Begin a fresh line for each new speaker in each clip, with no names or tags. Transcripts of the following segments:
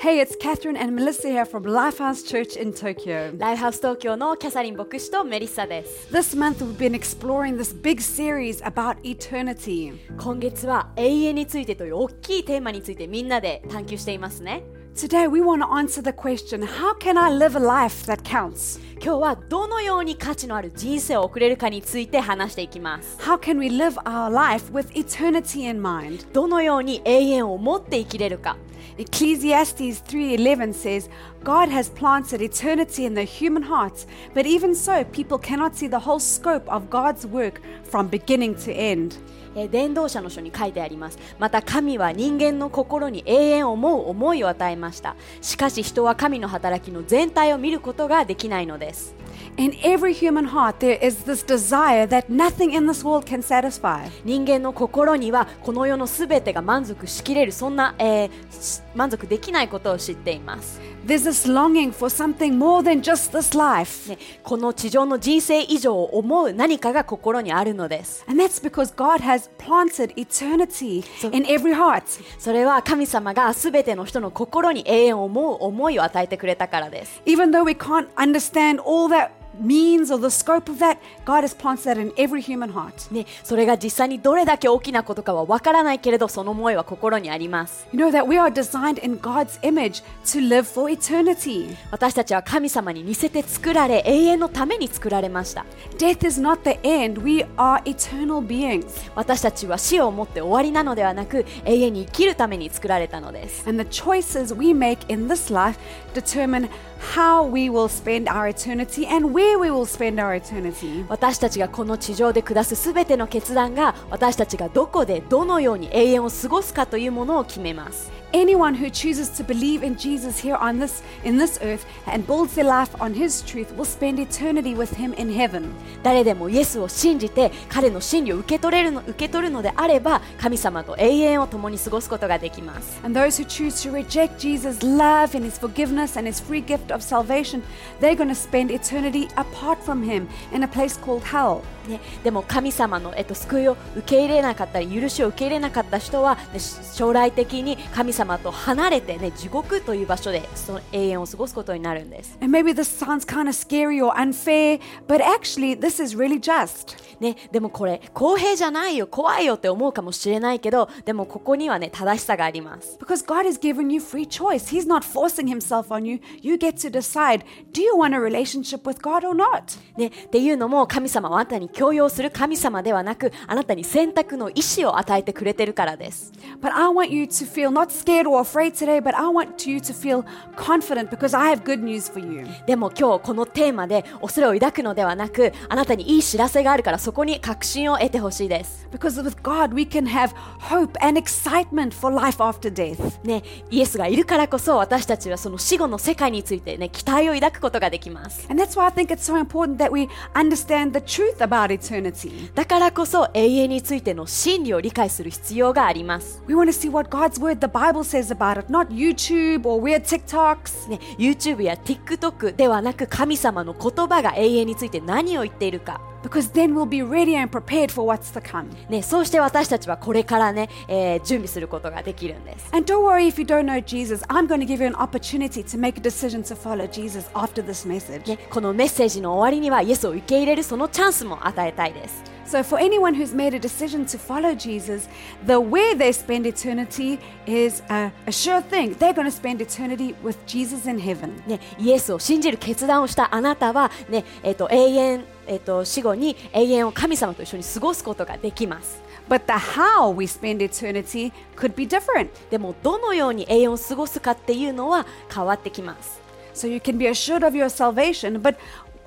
Hey, it's Catherine and Melissa here from Lifehouse Church in Tokyo.
ライフハウス東京のキャサリン牧師とメリッサです。
This month, we've been exploring this big series about eternity.
今月は永遠についてという大きいテーマについてみんなで探求していますね。
Today, we want to answer the question how can I live a life that counts?
今日はどのように価値のある人生を送れるかについて話していきます。
How can we live our life with eternity in mind?
どのように永遠を持って生きれるか。
Ecclesiastes 3:11 says, "God has planted eternity in the human hearts, but even so, people cannot see the whole scope of God's work from beginning to end."
えー伝道者の書に書いてありますまた神は人間の心に永遠を思う思いを与えましたしかし人は神の働きの全体を見ることができないのです
In every human heart, there is this desire that nothing in this world can satisfy.
人間の心にはこの世のすべてが満足しきれるそんな、えーし満足できないことを知っています、
There's this longing for something more than just this life.
ね、この地上の人生以上を思う何かが心にあるのです
And that's because God has planted eternity
So-
in every heart.
それは神様がすべての人の心に永遠を思う思いを与えてくれたからです
Even though we can't understand all that means or the scope of that, God has planted that in every human heart.
ね、それが実際にどれだけ大きなことかはわからないけれどその思いは心にあります
You know that we are designed in God's image to live for eternity.
私たちは神様に似せて作られ永遠のために作られました
Death is not the end, we are eternal beings.
私たちは死をもって終わりなのではなく永遠に生きるために作られたのです
And the choices we make in this life determine how we will spend our eternity and where we will spend our eternity.
私たちがこの地上で下すすべての決断が私たちがどこでどのように永遠を過ごすかというものを決めます
Anyone who chooses to believe in Jesus here on this in this earth and builds their life on his truth will spend eternity with him in heaven.
誰でもイエスを信じて彼の真理を受け取れるの受け取るのであれば神様と永遠を共に過ごすことができます
And those who choose to reject Jesus' love and his forgiveness and his free gift of salvation, they're going to spend eternity apart from him in a place called hell.
ね、でも神様の、えっと、救いを受け入れなかったり許しを受け入れなかった人は、ねし将来的に神様と離れて、ね、地獄という場所でその永遠を過ごすことになるんです、
And maybe this sounds kind of scary or unfair, but actually this is really just.
ね、でもこれ公平じゃないよ怖いよって思うかもしれないけどでもここには、ね、正しさがあります
Because God has given you free choice. He's not forcing himself on you. You get to decide do you want a relationship with God or not?
ね、っていうのも神様はあなたに強要する神様ではなくあなたに選択の意思を与えてくれてるからです、
But I want you to feel not scared or afraid today, but I want you to feel confident because I have good news for you.
でも今日このテーマで恐れを抱くのではなくあなたにいい知らせがあるからそこに確信を得てほしいです
Because with God, we can have hope and excitement for life after death.
ね、イエスがいるからこそ私たちはその死後の世界について、ね、期待を抱くことができます
And that's why I think it's so important that we understand the truth about eternity.
だからこそ永遠についての真理を理解する必要があります、
We want to see what God's word, the Bible, says about it, not YouTube or weird TikToks.
ね、YouTube や TikTok ではなく神様の言葉が永遠について何を言っているか、
Because then we'll be ready and prepared for what's to come.
ね、そうして私たちはこれからね、えー準備することができるんです
And don't worry if you don't know Jesus. I'm going to give you an opportunity to make a decision to follow Jesus after this message.
ね、このメッセージの終わりにはイエスを受け入れるそのチャンスも与えたいです
So, for anyone who's made a decision to follow Jesus, the where they spend eternity is a, a sure thing. They're going to spend eternity with Jesus in heaven.
ね、イエスを信じる決断をしたあなたは、ねえっと永遠えっと死後に永遠を神様と一緒に過ごすことができます
But the how we spend eternity could be different.
でもどのように永遠を過ごすかっていうのは変わってきます
So, you can be assured of your salvation, but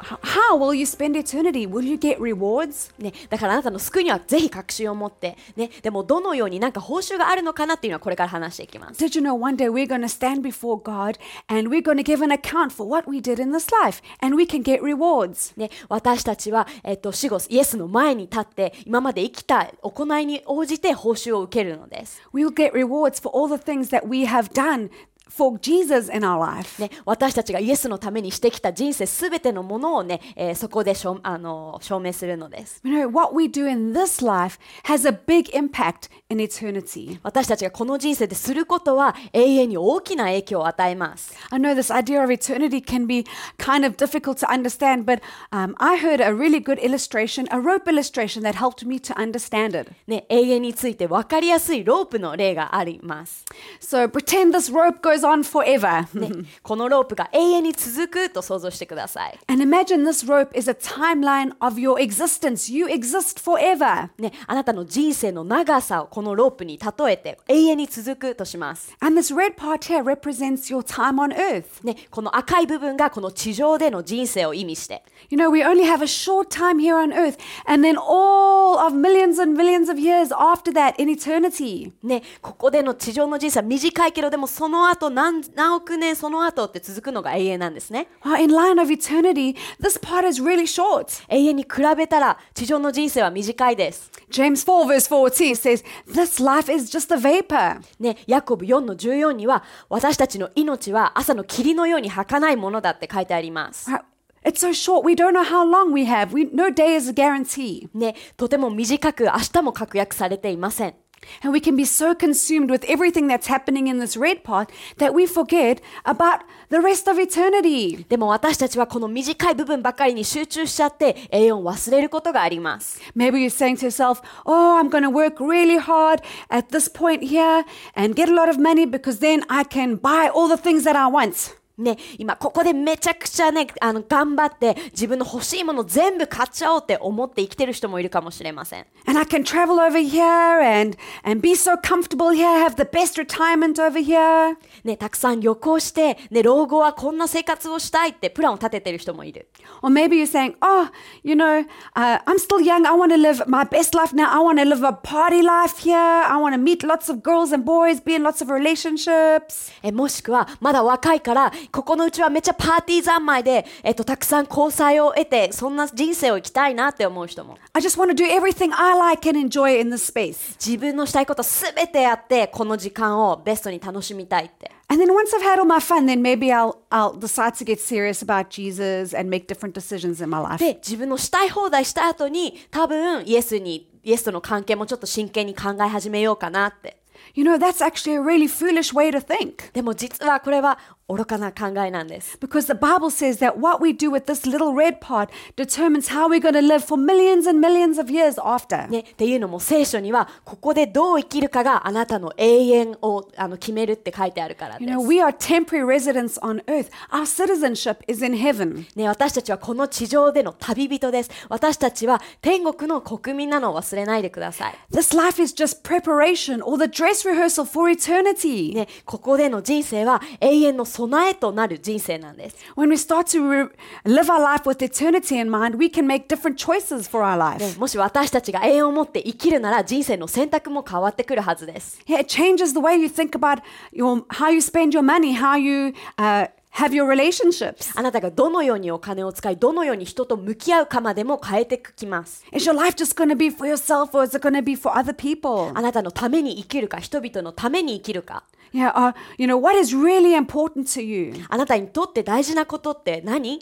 H- How will you spend eternity? Will you get rewards?
ね、だからあなたの救いにはぜひ確信を持って、ね、でもどのようになんか報酬があるのかなっていうのはこれから話していきます。
Did you know one day we're going to stand before God and we're going to give an account for what we did in this life and we can get rewards?
ね、私たちは、えっと、死後イエスの前に立って今まで生きた行いに応じて報酬を受けるのです、
We'll get rewards for all the things that we have done for Jesus in our life.
ね、私たちがイエスのためにしてきた人生すべてのものを、ねえーそこでしょあの証明するのです
You know, what we do in this life has a big impact in eternity.
私たちがこの人生ですることは永遠に大きな影響を与えます。
I know this idea of eternity can be kind of difficult to understand, but um, I heard a really good illustration, a rope illustration that helped me to understand it.
ね、永遠について分かりやすいロープの例があります。
So pretend this rope goes on forever.
ね、このロープが永遠に続くと想像してください。
And imagine this rope is a timeline of your existence. You exist forever.
ね、あなたの人生の長さをこのロープに例えて永遠に続くとします。
And this red part here represents your time on earth.
ね、この赤い部分がこの地上での人生を意味して、
You know, we only have a short time here on earth, and then all of millions and millions of years after that in eternity.
ね、ここでの地上の人生は短いけどでもその後何何億年その後って続くのが永遠なんですね。
Wow, in line of eternity, this part is really short.
永遠に比べたら地上の人生は短いです。
James 4, verse 14 says, This life is just a vapor.
ね、ヤコブ4の14には私たちの命は朝の霧のように儚いものだって書いてあります。
Wow, It's so short, we don't know how long we have. We, no day is a guarantee.
ね、とても短く明日も確約されていません。
And we can be so consumed with everything that's happening in this red part that we forget about the rest of eternity.
でも私たちはこの短い部分ばかりに集中しちゃって栄養を忘れることがあります。
Maybe you're saying to yourself, Oh, I'm going to work really hard at this point here and get a lot of money because then I can buy all the things that I want.
ね、今ここでめちゃくちゃね、あの、頑張って自分の欲しいもの全部買っちゃおうって思って生きてる人もいるかもしれません。
And I can travel over here and, and be so comfortable here, have the best retirement over here.
ね、たくさん旅行して、ね、老後はこんな生活をしたいってプランを立ててる人もいる。
Or maybe you're saying, Oh, you know, uh, I'm still young. I want to live my best life now. I want to live a party life here. I want to meet lots of girls and boys, be in lots of relationships.
えもしくはまだ若いからここのうちはめっちゃパーティー三昧で、えっと、たくさん交際を得てそんな人生を生きたいなって思う人も
I just want to do everything I like and enjoy in this space.
自分のしたいことすべてやってこの時間をベストに楽しみたいって。
And then once I've had all my fun, then maybe I'll I'll decide to get serious about Jesus and make different decisions in my life.
で自分のしたい放題した後に多分イエスにイエスとの関係もちょっと真剣に考え始めようかなって。
You know, that's actually a really foolish way to think
でも実はこれは愚かな考えなんです。
because the Bible says that what we do with this little red part determines how we're going to live for millions and millions of years after.
ね、っていうのも聖書にはここでどう生きるかがあなたの永遠をあの決めるって書いてあるからで
You
す。
know, we are temporary residents on earth. Our citizenship is in heaven.
ね、私たちはこの地上での旅人です。私たちは天国の国民なのを忘れないでください。
This life is just preparation or the dress rehearsal for eternity.
ね、ここでの人生は永遠の備えとなる人生なんです。
When we start to re- live our life with eternity in mind, we can make different choices for our
ね
life.
もし私たちが永遠を持って生きるなら人生の選択も変わってくるはずです。
Yeah, it changes the way you think about your how you spend your money, how you uh, have your relationships.
あなたがどのようにお金を使い、どのように人と向き合うかまでも変えてきます。
Is your life just going to be for yourself, or is it going to be for other people?
あなたのために生きるか、人々のために生きるか。
Yeah, uh, you know what is really important to you.
あなたにとって大事なことって何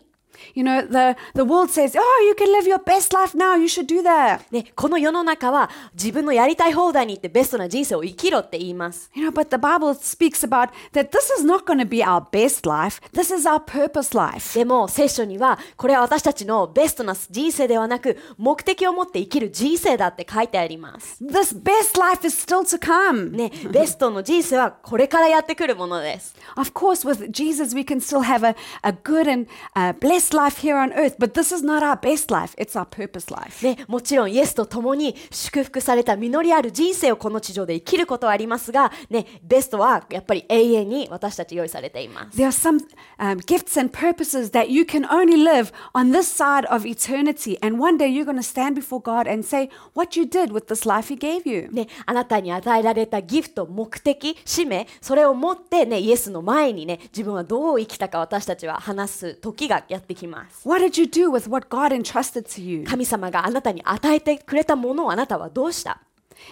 You know the the world says, oh, you can live your best life now. You should do that.
ね、この世の中は自分のやりたい放題に行ってベストな人生を生きろって言います。
You know, but the Bible speaks about that this is not going to be our best life. This is our purpose life.
でも聖書にはこれは私たちのベストな人生ではなく目的を持って生きる人生だって書いてあります。
This best life is still to come.
ね、ベストの人生はこれからやってくるものです。
Of course, with Jesus, we can still have a, a good and uh, blessed best life here on earth, but this is not our best life, it's our purpose life.
ね、もちろんイエスと共に祝福された実りある人生をこの地上で生きることはありますが、ね、ベストはやっぱり永遠に私たち用意されています。
There are some um, gifts and purposes that you can only live on this side of eternity. And one day you're going to stand before God and say what you did with this life He gave you.
ね、あなたに与えられたギフト、目的、使命、それを持って、ね、イエスの前にね、自分はどう生きたか私たちは話す時がやってきます。
What did you do with what God entrusted to you?
神様があなたに与えてくれたものをあなたはどうした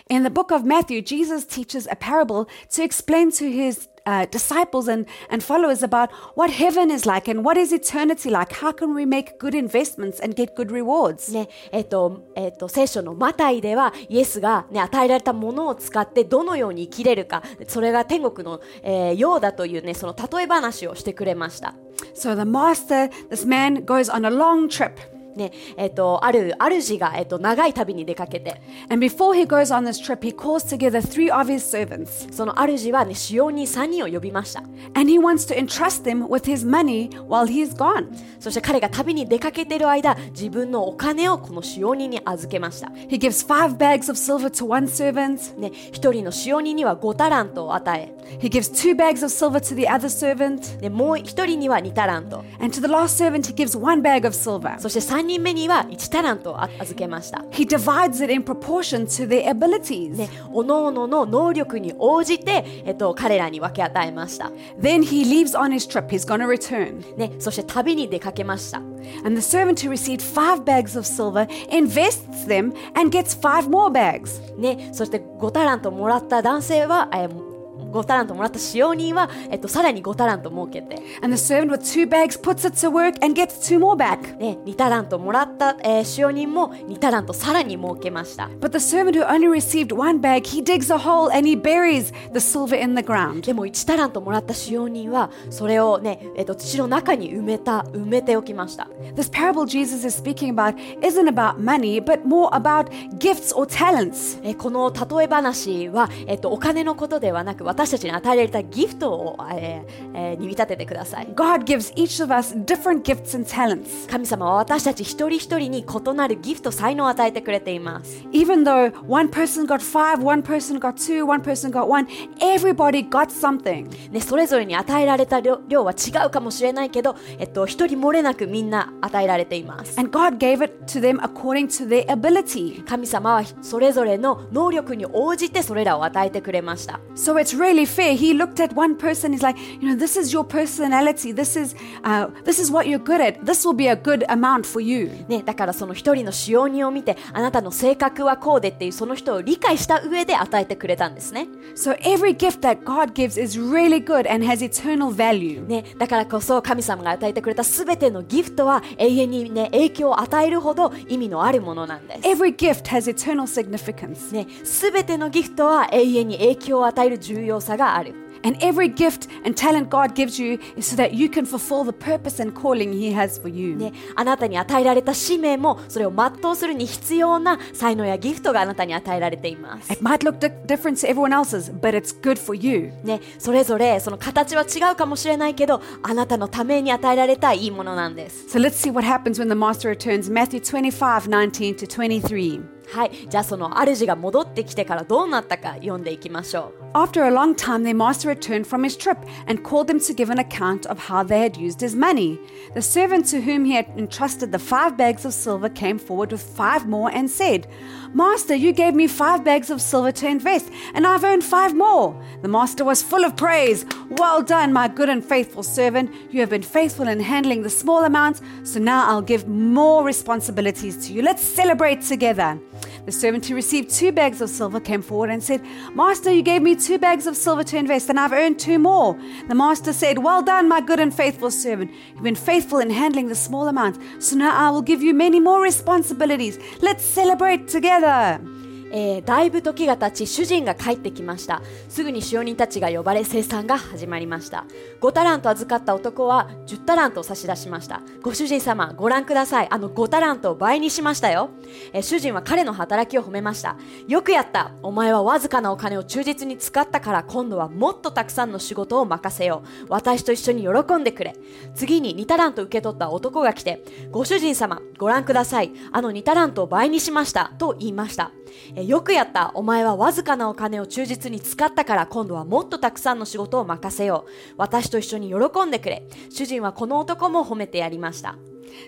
In the book of Matthew, Jesus teaches a parable to explain to his uh, disciples and, and followers about what heaven is like and what is eternity like. How can we make good investments and get good rewards?
ねえっとえっと聖書のマタイではイエスが、ね、与えられたものを使ってどのように生きれるかそれが天国の、えーようだという、ね、その例え話をしてくれました、
So the master, this man, goes on a long trip.
ねえっとある主が、えっと長い旅に出かけて
And before he goes on this trip, he calls together three of his servants
その主は、ね、使用に3人を呼びました
and he wants to entrust them with his money while he's gone.
そして彼が旅に出かけている間自分のお金をこの使用人に預けました、ね、
He gives five bags of silver to one servant,
1人の使用人には5タラントを与
he gives two bags of silver to the other servant,
えでもう1人には2タラント
and to the last servant, he gives one bag of silver.
そして3人目には1タラントを預けました。
He divides it in proportion to their abilities.
ね、おのおのの能力に応じて、えっと、彼らに分け与えました、
Then he leaves on his trip. He's going to return.
ね。そして旅に出かけました。
And the servant who received five bags of silver invests them and gets five more bags.
ね、そして5タラントもらった男性は、えー、5タラントもらった使用人は、えっと、さらに5タラント設けて、
And the servant with two bags puts it to work and gets two more back.
ね、2タラントもらった、えー使用人も2タラントさらに設けました。
But the servant who only received one bag, he digs a hole and he buries the silver in the ground.
でも1タラントもらった使用人はそれをね、えっと、土の中に埋めた埋めておきました。
This parable Jesus is speaking about isn't about money, but more about gifts or talents.
えーこの例え話は、えっとお金のことではなく私たちに与えられたギフトを、えーえーに見立ててください
God gives each of us different gifts and talents.
神様は私たち一人一人に異なるギフト才能を与えてくれています
Even though one person got five, one person got two, one person got one, everybody got something.
ね、それぞれに与えられた量量は違うかもしれないけど、えっと、一人漏れなくみんな与えられています
And God gave it to them according to their ability.
神様はそれぞれの能力に応じてそれらを与えてくれました
So it's really fair. He looked at one person, he's like, you know, this is your personality. This is uh, this is what you're good at. This will be a good amount for you.
ね、だからその一人の使用人を見てあなたの性格はこうでっていうその人を理解した上で与えてくれたんですね
So every gift that God gives is really good and has eternal value.
ね、だからこそ神様が与えてくれたすべてのギフトは永遠に、ね、影響を与えるほど意味のあるものなんです。
Every gift has eternal significance.
ね、すべてのギフトは永遠に影響を与える重要さがある。
And every gift and talent God gives you is so that you can fulfill the purpose and calling He has for you.
ね、あなたに与えられた使命もそれを全うするに必要な才能やギフトがあなたに与えられています。
It might look di- different to everyone else's, but it's good for you.
ね、それぞれその形は違うかもしれないけどあなたのために与えられたいいものなんです。
So let's see what happens when the master returns. Matthew 25, 19 to 23.
はい、じゃあその主が戻ってきてからどうなったか読んでいきましょう。
After a long time, their master returned from his trip and called them to give an account of how they had used his money. The servant to whom he had entrusted the five bags of silver came forward with five more and said, Master, you gave me five bags of silver to invest, and I've earned five more. The master was full of praise. Well done, my good and faithful servant. You have been faithful in handling the small amount, so now I'll give more responsibilities to you. Let's celebrate together. The servant who received two bags of silver came forward and said, Master, you gave me two bags of silver to invest, and I've earned two more. The master said, Well done, my good and faithful servant. You've been faithful in handling the small amount, so now I will give you many more responsibilities. Let's celebrate together.
えーだいぶ時が経ち主人が帰ってきましたすぐに使用人たちが呼ばれ生産が始まりました5タラント預かった男は10タラントを差し出しましたご主人様ご覧くださいあの5タラントを倍にしましたよ、えー主人は彼の働きを褒めましたよくやったお前はわずかなお金を忠実に使ったから今度はもっとたくさんの仕事を任せよう私と一緒に喜んでくれ次に2タラント受け取った男が来てご主人様ご覧くださいあの2タラントを倍にしましたと言いましたえよくやったお前はわずかなお金を忠実に使ったから今度はもっとたくさんの仕事を任せよう私と一緒に喜んでくれ主人はこの男も褒めてやりました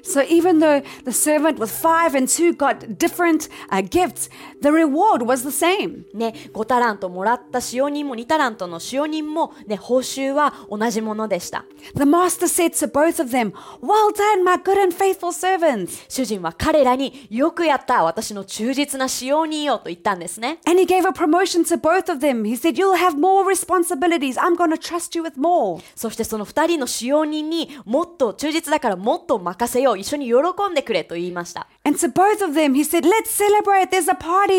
So even though the servant with five and two got different uh, gifts, the reward was the same.
ね、5タラントもらった使用人も2タラントの使用人も、ね、報酬は同じものでした
The master said to both of them, Well done, my good and faithful servants.
主人は彼らによくやった私の忠実な使用人よと言ったんですね
And he gave a promotion to both of them. He said, You'll have more responsibilities. I'm going to trust you with more.
そしてその2人の使用人にもっと忠実だからもっと任せよう一緒に喜んでくれと言いました
And to both of them, he said, Let's celebrate. There's a party.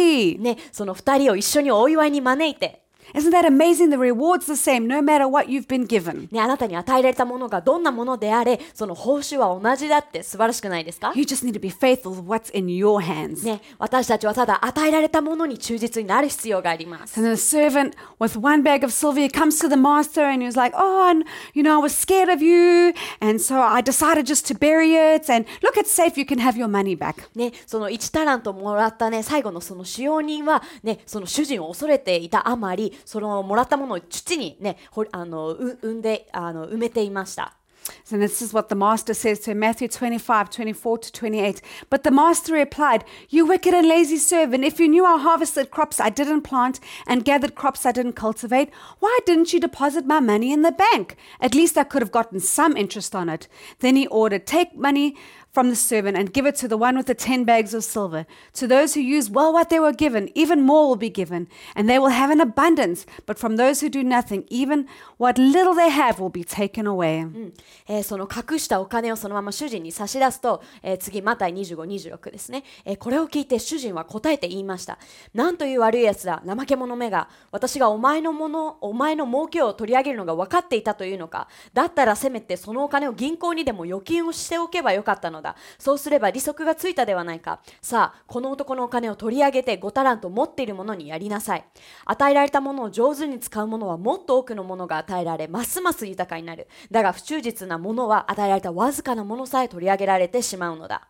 ね、その2人を一緒にお祝いに招いて、
Isn't that amazing? The reward's the same no matter what you've been given.
ね、あなたに与えられたものがどんなものであれ、その報酬は同じだって素晴らしくないですか
You just need to be faithful with what's in your hands.
ね、私たちはただ与えられたものに忠実になる必要があります。
And the servant with one bag of silver he comes to the master and he was like, Oh, and you know, I was scared of you. And so I decided just to bury it. And look, it's safe. You can have your money back.
ね、その1タラントもらったね、最後のその使用人は、ね、その主人を恐れていたあまり、そのもらったものを土にね、ほあの、う産んで、あの、埋めていました。
And this is what the master says to him, Matthew 25, 24 to 28. But the master replied, You wicked and lazy servant, if you knew I harvested crops I didn't plant and gathered crops I didn't cultivate, why didn't you deposit my money in the bank? At least I could have gotten some interest on it. Then he ordered, Take money from the servant and give it to the one with the ten bags of silver. To those who use well what they were given, even more will be given, and they will have an abundance. But from those who do nothing, even what little they have will be taken away.
えーその隠したお金をそのまま主人に差し出すと、えー次、マタイ25、26ですね、えーこれを聞いて主人は答えて言いました。なんという悪い奴だ、怠け者めが。私がお前のもの、お前の儲けを取り上げるのが分かっていたというのか。だったらせめてそのお金を銀行にでも預金をしておけばよかったのだ。そうすれば利息がついたではないか。さあ、この男のお金を取り上げて5タラント持っているものにやりなさい。与えられたものを上手に使うものはもっと多くのものが与えられ、ますます豊かになる。だが不忠実なものは与えられたわずかなものさえ取り上げられてしまうのだ。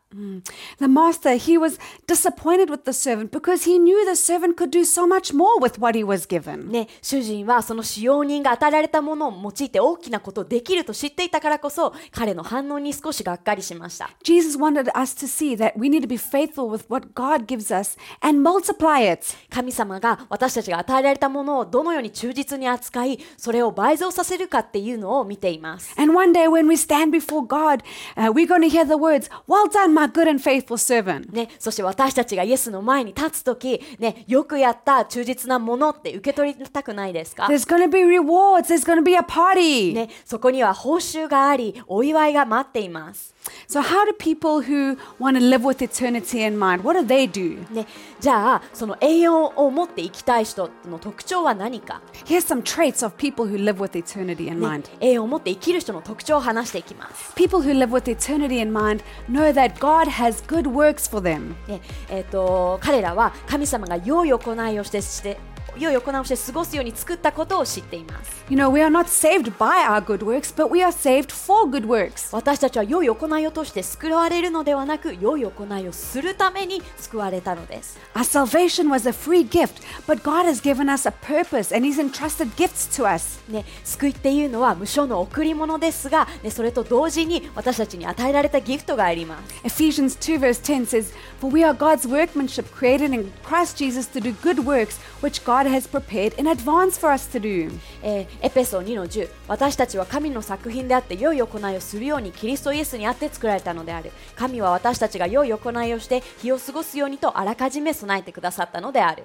The master, he was disappointed with the servant because he knew the servant could do so much more with what he was given.
ね、主人はその使用人が与えられたものを用いて大きなことをできると知っていたからこそ、彼の反応に少しがっかりしました。
Jesus wanted us to see that we need to be faithful with what God gives us and multiply it.
神様が私たちが与えられたものをどのように忠実に扱い、それを倍増させるかっていうのを見ています。
And one day when we stand before God, uh, we're going to hear the words, Well done, my good and faithful servant.
ね、そして私たちがイエスの前に立つとき、ね、よくやった忠実なものって受け取りたくないですか
There's going to be rewards, there's going to be a party.
ね、そこには報酬があり、お祝いが待っています。
So, how do people who want to live with eternity in mind, what do they do?
ね、じゃあ、その栄養を持っていきたい人の特徴は何か、
Here's some traits of people who live with eternity in
ね
mind.、
栄養を持って生きる人の特徴を話していきます。
People who live with eternity in mind know that God has good works for them.
ねえー、と彼らは神様が良い行いをしてして良い行いをして過ごすように作ったことを知っています。
You know, we are not saved by our good works, but we are saved for good works.
私たちは良い行いを通して救われるのではなく良い行いをするために救われたのです。
Our salvation was a free gift, but God has given us a purpose and He's entrusted gifts to us.
ね、救いっていうのは無償の贈り物ですが、ね、それと同時に私たちに与えられたギフトがあります。
Ephesians 2, verse 10 says, For we are God's workmanship, created in Christ Jesus to do good works, which God has prepared in advance for us to do.
えーエペソ2の10私たちは神の作品であって良い行いをするようにキリストイエスにあって作られたのである神は私たちが良い行いをして日を過ごすようにとあらかじめ備えてくださったのである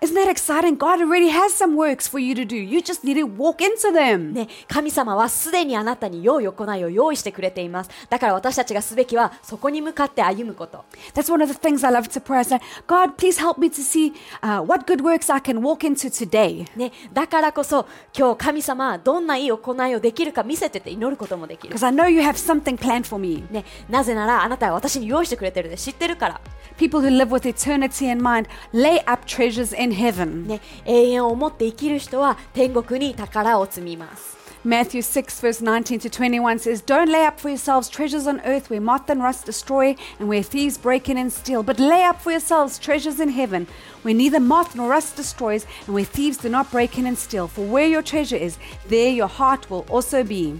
Isn't that exciting? God already has some works for you to do. You just need to walk into them.
ね、神様はすでにあなたに良い行いを用意してくれています。だから私たちがすべきはそこに向かって歩むこと。
That's one of the things I love to pray. I say, God, please help me to see uh, what good works I can walk into today.
ね、だからこそ今日神様はどんないい行いをできるか見せてって祈ることもできる
Because。I know you have something planned for me.
ね、なぜならあなたは私に用意してくれてるで知ってるから。
People who live with eternity in mind lay up treasures in heaven.
ね、永遠を思って生きる人は天国に宝を積みます。
Matthew 6, verse 19 to 21 says, Don't lay up for yourselves treasures on earth where moth and rust destroy and where thieves break in and steal, but lay up for yourselves treasures in heaven where neither moth nor rust destroys and where thieves do not break in and steal. For where your treasure is, there your heart will also be.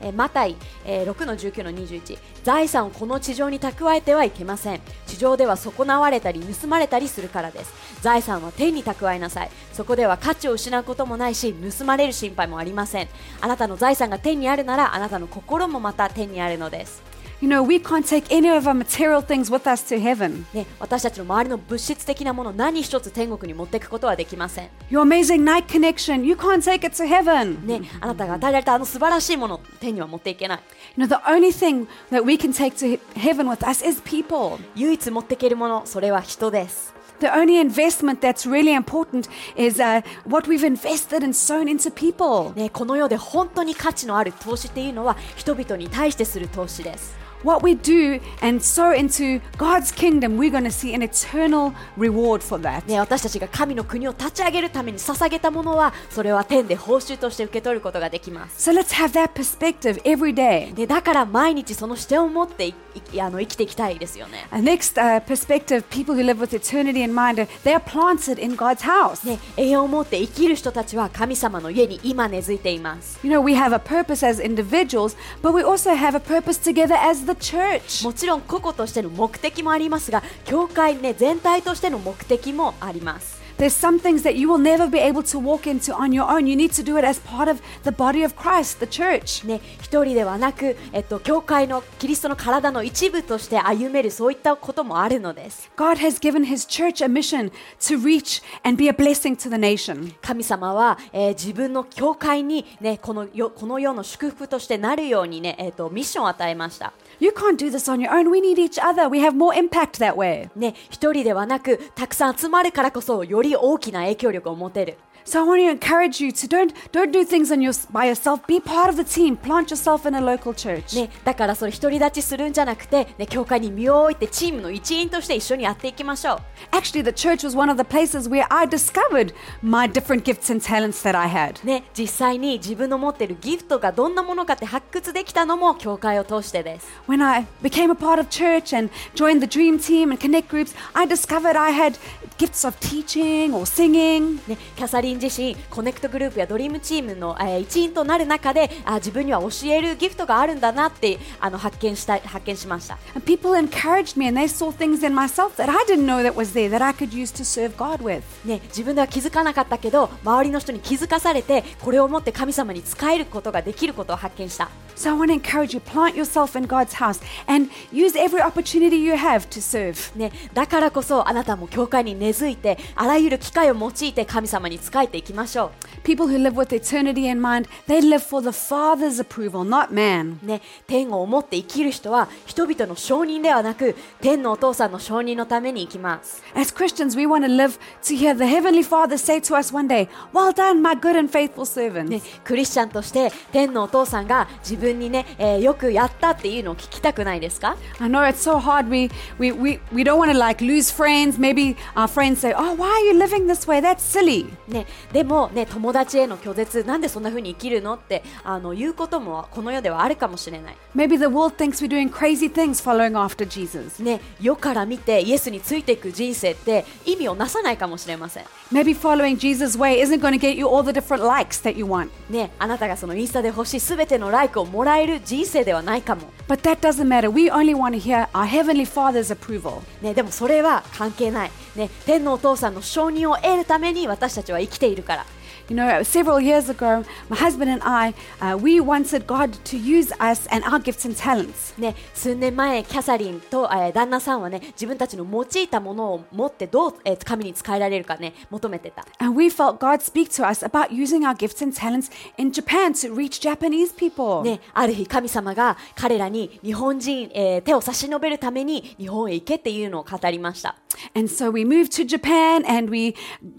えーマタイ、えー6の19の21財産をこの地上に蓄えてはいけません地上では損なわれたり盗まれたりするからです財産は天に蓄えなさいそこでは価値を失うこともないし盗まれる心配もありませんあなたの財産が天にあるならあなたの心もまた天にあるのです、
You know, we can't take any of our material things with us to heaven.
ね、私たちの周りの物質的なもの何一つ天国に持っていくことはできません、
Your amazing night connection, you can't take it to heaven.
ね、あなたが与えられたあの素晴らしいもの天には持っていけない
You know, the only thing that we can take to he- heaven with us is people.
唯一持っていけるものそれは人です
The only investment that's really important is uh, what we've invested and sown into people.
ね、この世で本当に価値のある投資っていうのは人々に対してする投資です。
What we do and sow into God's kingdom, we're going to see an eternal reward for that.
ね、私たちが神の国を立ち上げるために捧げたものはそれは天で報酬として受け取ることができます。
So let's have that perspective every day.
ね、だから毎日その視点を持っていいあの生きていきたいですよね。
A next uh, perspective people who live with eternity in mind, uh, they are planted in God's house.
ね、栄養を持って生きる人たちは神様の家に今根付いています。
You know, we have a purpose as individuals, but we also have a purpose together as the church.
もちろん個々としての目的もありますが、教会ね全体としての目的もあります。
There's some things that you will never be able to walk into on your own. You need to do it as part of the body of Christ, the church.
ね、一人ではなく、えっと、教会のキリストの体の一部として歩めるそういったこともあるのです。
God has given his church a mission to reach and be a blessing to the nation.
神様は、えー自分の教会に、ね、この世この世の祝福としてなるように、ねえっとミッションを与えました。
You can't do this on your own. We need each other. We have more impact that way.
ね、一人ではなくたくさん集まるからこそより大きな影響力を持てる。
So I want to encourage you to don't don't do things on your, by yourself. Be part of the team. Plant yourself in a local church.
ね、だからそれ独り立ちするんじゃなくて、ね、教会に身を置いてチームの一員として一緒にやっていきましょう。
Actually, the church was one of the places where I discovered my different gifts and talents that I had.
ね、実際に自分の持っているギフトがどんなものかって発掘できたのも教会を通してです。
When I became a part of church and joined the dream team and connect groups, I discovered I had gifts of teaching or singing.
ね、キャサリン自身コネクトグループやドリームチームの、えー一員となる中であ自分には教えるギフトがあるんだなってあの発見した発見しました、
And people encouraged me and they saw things in myself that I didn't know that was there that I could use to serve God with.
ね、自分では気づかなかったけど周りの人に気づかされてこれを持って神様に仕えることができることを発見した、
So I want to encourage you plant yourself in God's house and use every opportunity you have to serve.
ね、だからこそあなたも教会に根付いてあらゆる機会を用いて神様に仕えていきましょ
People who live with eternity in mind, they live for the Father's approval, not man.
う、ね、天を思って生きる人は人々の承認ではなく天のお父さんの承認のために生きます
As Christians, we want to live to hear the Heavenly Father say to us one day, Well done, my good and faithful
ね
servant.
クリスチャンとして天のお父さんが自分にね、えーよくやったっていうのを聞きたくないですか、
I know it's so hard. We, we, we, we don't want to like lose friends. Maybe our friends say, Oh, why are you living this way? That's silly.
ね、でも、ね、友達への拒絶なんでそんな風に生きるのってあの言うこともこの世ではあるかもしれない、
Maybe the world thinks we're doing crazy things following after Jesus.
ね、世から見てイエスについていく人生って意味をなさないかもしれません、
Maybe following Jesus' way isn't going to get you all the different likes that you want.
ね、あなたがそのインスタで欲しい全てのライクをもらえる人生ではないかも、
But that doesn't matter. We only want to hear our Heavenly Father's approval.
ね、でもそれは関係ない、ね、天のお父さんの承認を得るために私たちは生きているから
You know, several years ago, my husband and I, uh, we wanted God to use us and our gifts and talents.
ね、数年前、キャサリンと、えー旦那さんはね、自分たちの用いたものを持ってどう、えー神に使えられるかね、求めてた。
And we felt God speak to us about using our gifts and talents in Japan to reach Japanese people.
ね、ある日神様が彼らに日本人、えー手を差し伸べるために日本へ行けっていうのを語りました。
And so we moved to Japan and we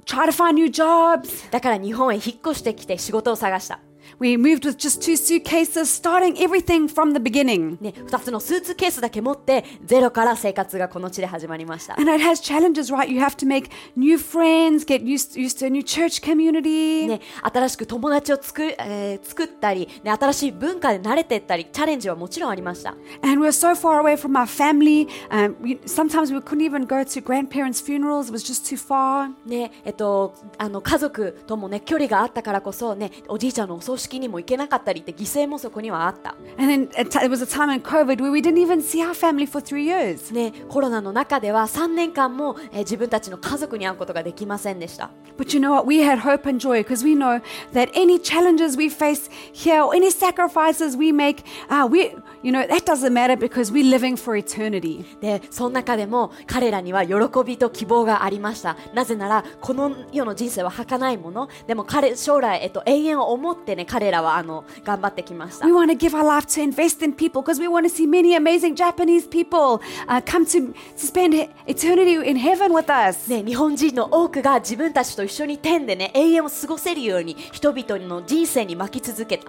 tried to find new jobs.
だから日本へ引っ越してきて仕事を探した。
We moved with just two suitcases, starting everything from the beginning.
ね、2つのスーツケースだけ持ってゼロから生活がこの地で始まりました。
And it has challenges, right? You have to make new friends, get used, used to a new church community.
ね、新しく友達をつく、えー作ったり、ね、新しい文化で慣れていったりチャレンジはもちろんありました、
And we were so far away from our family. Um, we, sometimes we couldn't even go to grandparents' funerals, it was just too far.
ねえっと、あの家族とも、ね、距離があったからこそ、ね、おじいちゃんのお葬式にも行けなかったりって犠牲もそこにはあった、
And then it, it was a time in COVID where we didn't even see our family for three years.
ね、コロナの中では3年間も、えー自分たちの家族に会うことができませんでした、
But you know what? We had hope and joy because we know that any challenges we face here or any sacrifices we make, uh, we, you know, that doesn't matter because we're living for eternity.
でその中でも彼らには喜びと希望がありましたなぜならこの世の人生は儚いものでも彼将来、えっと、永遠を思って、ね、彼らはあの頑張ってきました。
We want to give our life to invest in people because we want to see many amazing Japanese people uh, come to, to spend he- eternity in heaven with us.
ね、日本人の多くが自分たちと一緒に天でね永遠を過ごせるように人々の人生に巻き続けた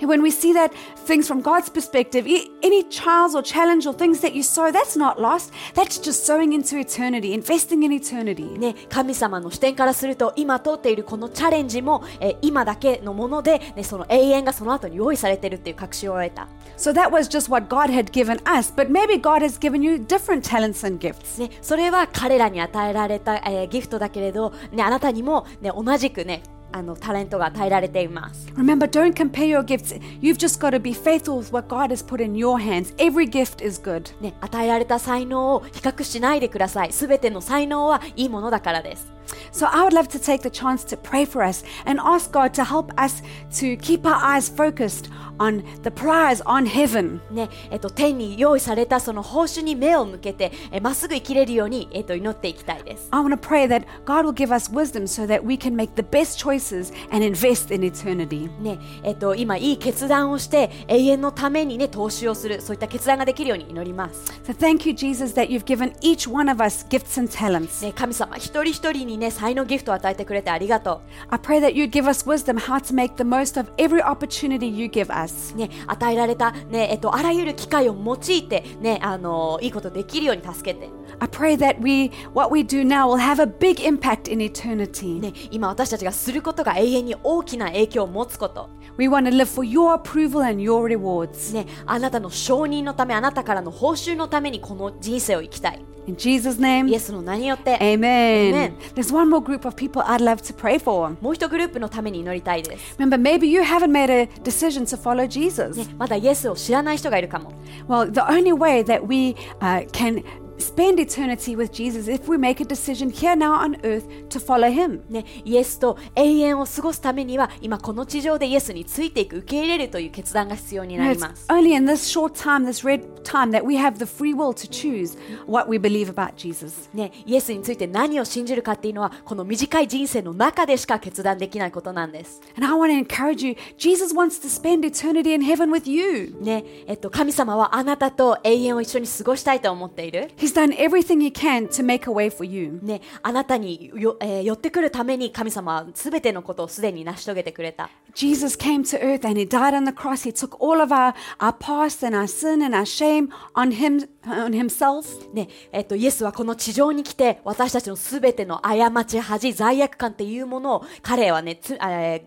And when we see that things from God's perspective, e- any trials or challenge or things that you sow, that's not lost. That's just sowing into eternity, investing in eternity.
ね、神様の視点からすると今通っているこのチャレンジも、えー今だけのもので、ね、その永遠がその後に用意されてるっていう確信を得た、
So that was just what God had given us. But maybe God has given you different talents and gifts.
ね、それは彼らに与えられた、えーギフトだけれど、ね、あなたにも、ね、同じくねあのタレントが与えられています
Remember, don't compare your gifts. You've just got to be faithful with what God has put in your hands. Every gift is good.
ね、与えられた才能を比較しないでくださいすべての才能はいいものだからです
So I would love to take the chance to pray for us and ask God to help us to keep our eyes focused on the prize on heaven.
ねえっと、天に用意されたその報酬に目を向けてえまっすぐ生きれるように、えっと、祈っていきたいです、
I want to pray that God will give us wisdom so that we can make the best choices and invest in eternity.
ねえっと、今いい決断をして永遠のために、ね、投資をするそういった決断ができるように祈ります、
So thank you, Jesus, that you've given each one of us gifts and talents.
ね、神様一人一人に、ね、才能ギフトを与えてくれてありがと
I pray that you give us wisdom how to make the most of every opportunity you give us.
う、ね、与えられた、ねえっと、あらゆる機会を用いて、ね、あのいいことできるように助けて、
I pray that we what we do now will have a big impact in eternity.
ね、今私たちがすることが永遠に大きな影響を持つこと、
We want to live for your approval and your rewards.
ね、あなたの承認のためあなたからの報酬のためにこの人生を生きたい
In Jesus' name.
イエスの名によって、
Amen.
Amen.
There's one more group of people I'd love to pray for.
もう一グループのために祈りたいです、
Remember, maybe you haven't made a decision to follow Jesus.
ね、まだイエスを知らない人がいるかも、
Well, the only way that we uh, can spend eternity with Jesus if we make a decision here now on earth to follow him.
ね、イエスと永遠を過ごすためには今この地上でイエスについていく受け入れるという決断が必要に
You know,
なり
it's
ます、
only in this short time, this red time, that we have the free will to choose what we believe about Jesus.
ね、イエスについて何を信じるかっていうのはこの短い人生の中でしか決断できないことなんです、
And I want to encourage you, Jesus wants to spend eternity in heaven with you.
ねえっと、神様はあなたと永遠を一緒に過ごしたいと思っている
He's done everything he can to make a way for you.
ね、あなたによ、えー寄ってくるために神様はすべてのことをすでに成し遂げてくれた、
Jesus came to earth and he died on the cross. He took all of our, our past and our sin and our shame on him on himself.
ねえっと、イエスはこの地上に来て私たちのすべての過ち恥罪悪感っていうものを彼はねつ、えー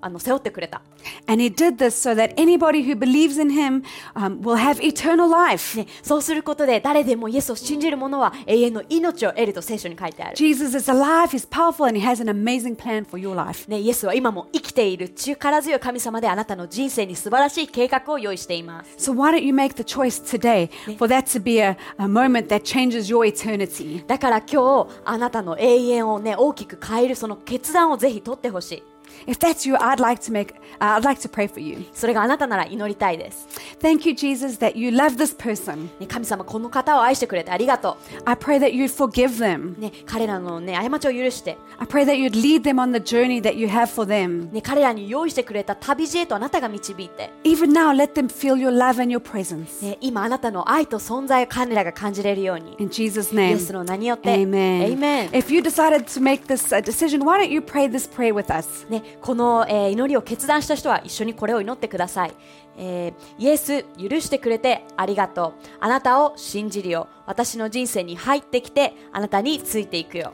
あの背負ってくれた、
And he did this so that anybody who believes in him um, will have eternal life.
ね、そうすることで誰でもイエスを信じる者は永遠の命を得ると聖書に書いてある、
Jesus is alive, he's powerful, and he has an amazing plan for your life.
ね、イエスは今も生きている力強い神様であなたの人生に素晴らしい計画を用意しています
So why don't you make the choice today for that to be a, a moment that changes your eternity?
だから今日あなたの永遠をね大きく変えるその決断をぜひ取ってほしい
If that's you, I'd like to make uh, I'd like to pray for you.
それがあなたなら祈りたいです、
Thank you, Jesus, that you love this person.
ね、神様この方を愛してくれてありがと
I pray that you forgive them.
う、ね、彼らの、ね、過ちを許して、
I pray that you'd lead them on the journey that you have for them.
ね、彼らに用意してくれた旅路へとあなたが導いて、
Even now, let them feel your love and your presence.
ね、今あなたの愛と存在を彼らが感じれるように
In Jesus'
イエ
name.
スの名によって
Amen.
Amen
If you decided to make this uh, decision, why don't you pray this prayer with us?
ね、この、えー祈りを決断した人は一緒にこれを祈ってください、えーイエス許してくれてありがとうあなたを信じるよ私の人生に入ってきてあなたについていくよ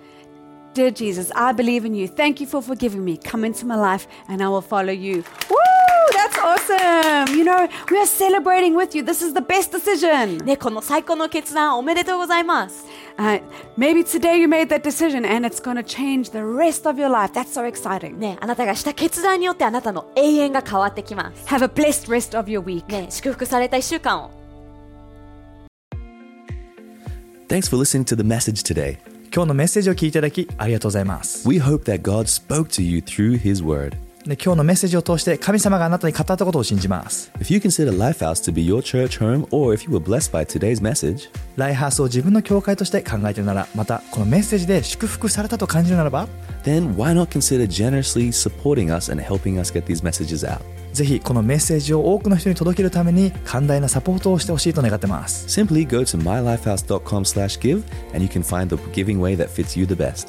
Dear Jesus, I believe in you. Thank you for forgiving me. Come into my life and I will follow you. Woo! That's awesome. You know, we are celebrating with you. This is the best decision.
ね、この最高の決断おめでとうございます、
Uh, maybe today you made that decision and it's going to change the rest of your life. That's so exciting.
ね、あなたがした決断によってあなたの永遠が変わってきます、
Have a blessed rest of your week.
ね、祝福された1週間を
Thanks for listening to the message today.
今日のメッセージを聞いていただきありがとうございます
We hope that God spoke to you through His Word.
で今日のメッセージを通して神様があなたに語ったことを信じます
If you consider Lifehouse to be your church home, or if you were blessed by today's message,
ライハースを自分の教会として考えているならまたこのメッセージで祝福されたと感じるならば
then why not consider generously supporting us and helping us get these messages out?
ぜひこのメッセージを多くの人に届けるために寛大なサポートをしてほしいと願ってます
Simply go to mylifehouse.com/give and you can find the giving way that fits you the best.